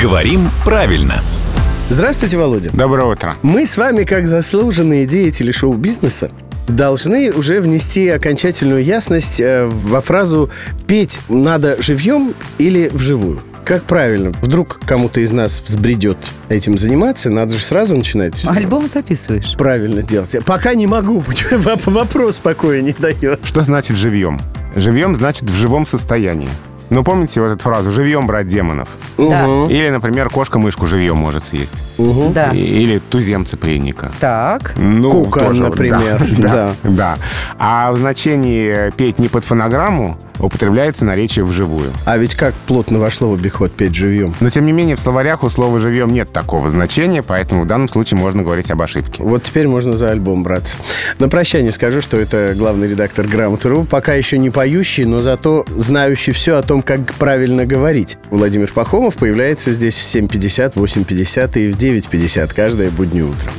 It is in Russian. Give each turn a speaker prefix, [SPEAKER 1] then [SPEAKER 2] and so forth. [SPEAKER 1] Говорим правильно.
[SPEAKER 2] Здравствуйте, Володя.
[SPEAKER 3] Доброе утро.
[SPEAKER 2] Мы с вами, как заслуженные деятели шоу-бизнеса, должны уже внести окончательную ясность э, во фразу «петь надо живьем или вживую». Как правильно? Вдруг кому-то из нас взбредет этим заниматься, надо же сразу начинать
[SPEAKER 4] Альбом записываешь?
[SPEAKER 2] правильно делать. Я пока не могу, воп- вопрос покоя не дает.
[SPEAKER 3] Что значит живьем? Живьем значит в живом состоянии. Ну, помните вот эту фразу «живьем брать демонов»?
[SPEAKER 4] Да.
[SPEAKER 3] Или, например, кошка-мышку живьем может съесть.
[SPEAKER 4] Да.
[SPEAKER 3] И- Или туземца пленника.
[SPEAKER 4] Так.
[SPEAKER 3] Ну,
[SPEAKER 2] Кукан,
[SPEAKER 3] тоже,
[SPEAKER 2] например,
[SPEAKER 3] Да, да, да. А в значении «петь не под фонограмму» употребляется наречие «вживую».
[SPEAKER 2] А ведь как плотно вошло в обиход «петь живьем».
[SPEAKER 3] Но, тем не менее, в словарях у слова «живьем» нет такого значения, поэтому в данном случае можно говорить об ошибке.
[SPEAKER 2] Вот теперь можно за альбом браться. На прощание скажу, что это главный редактор «Грамоты.ру», пока еще не поющий, но зато знающий все о том, как правильно говорить. Владимир Пахомов появляется здесь в 7.50, 8.50 и в 9.50 каждое буднее утро.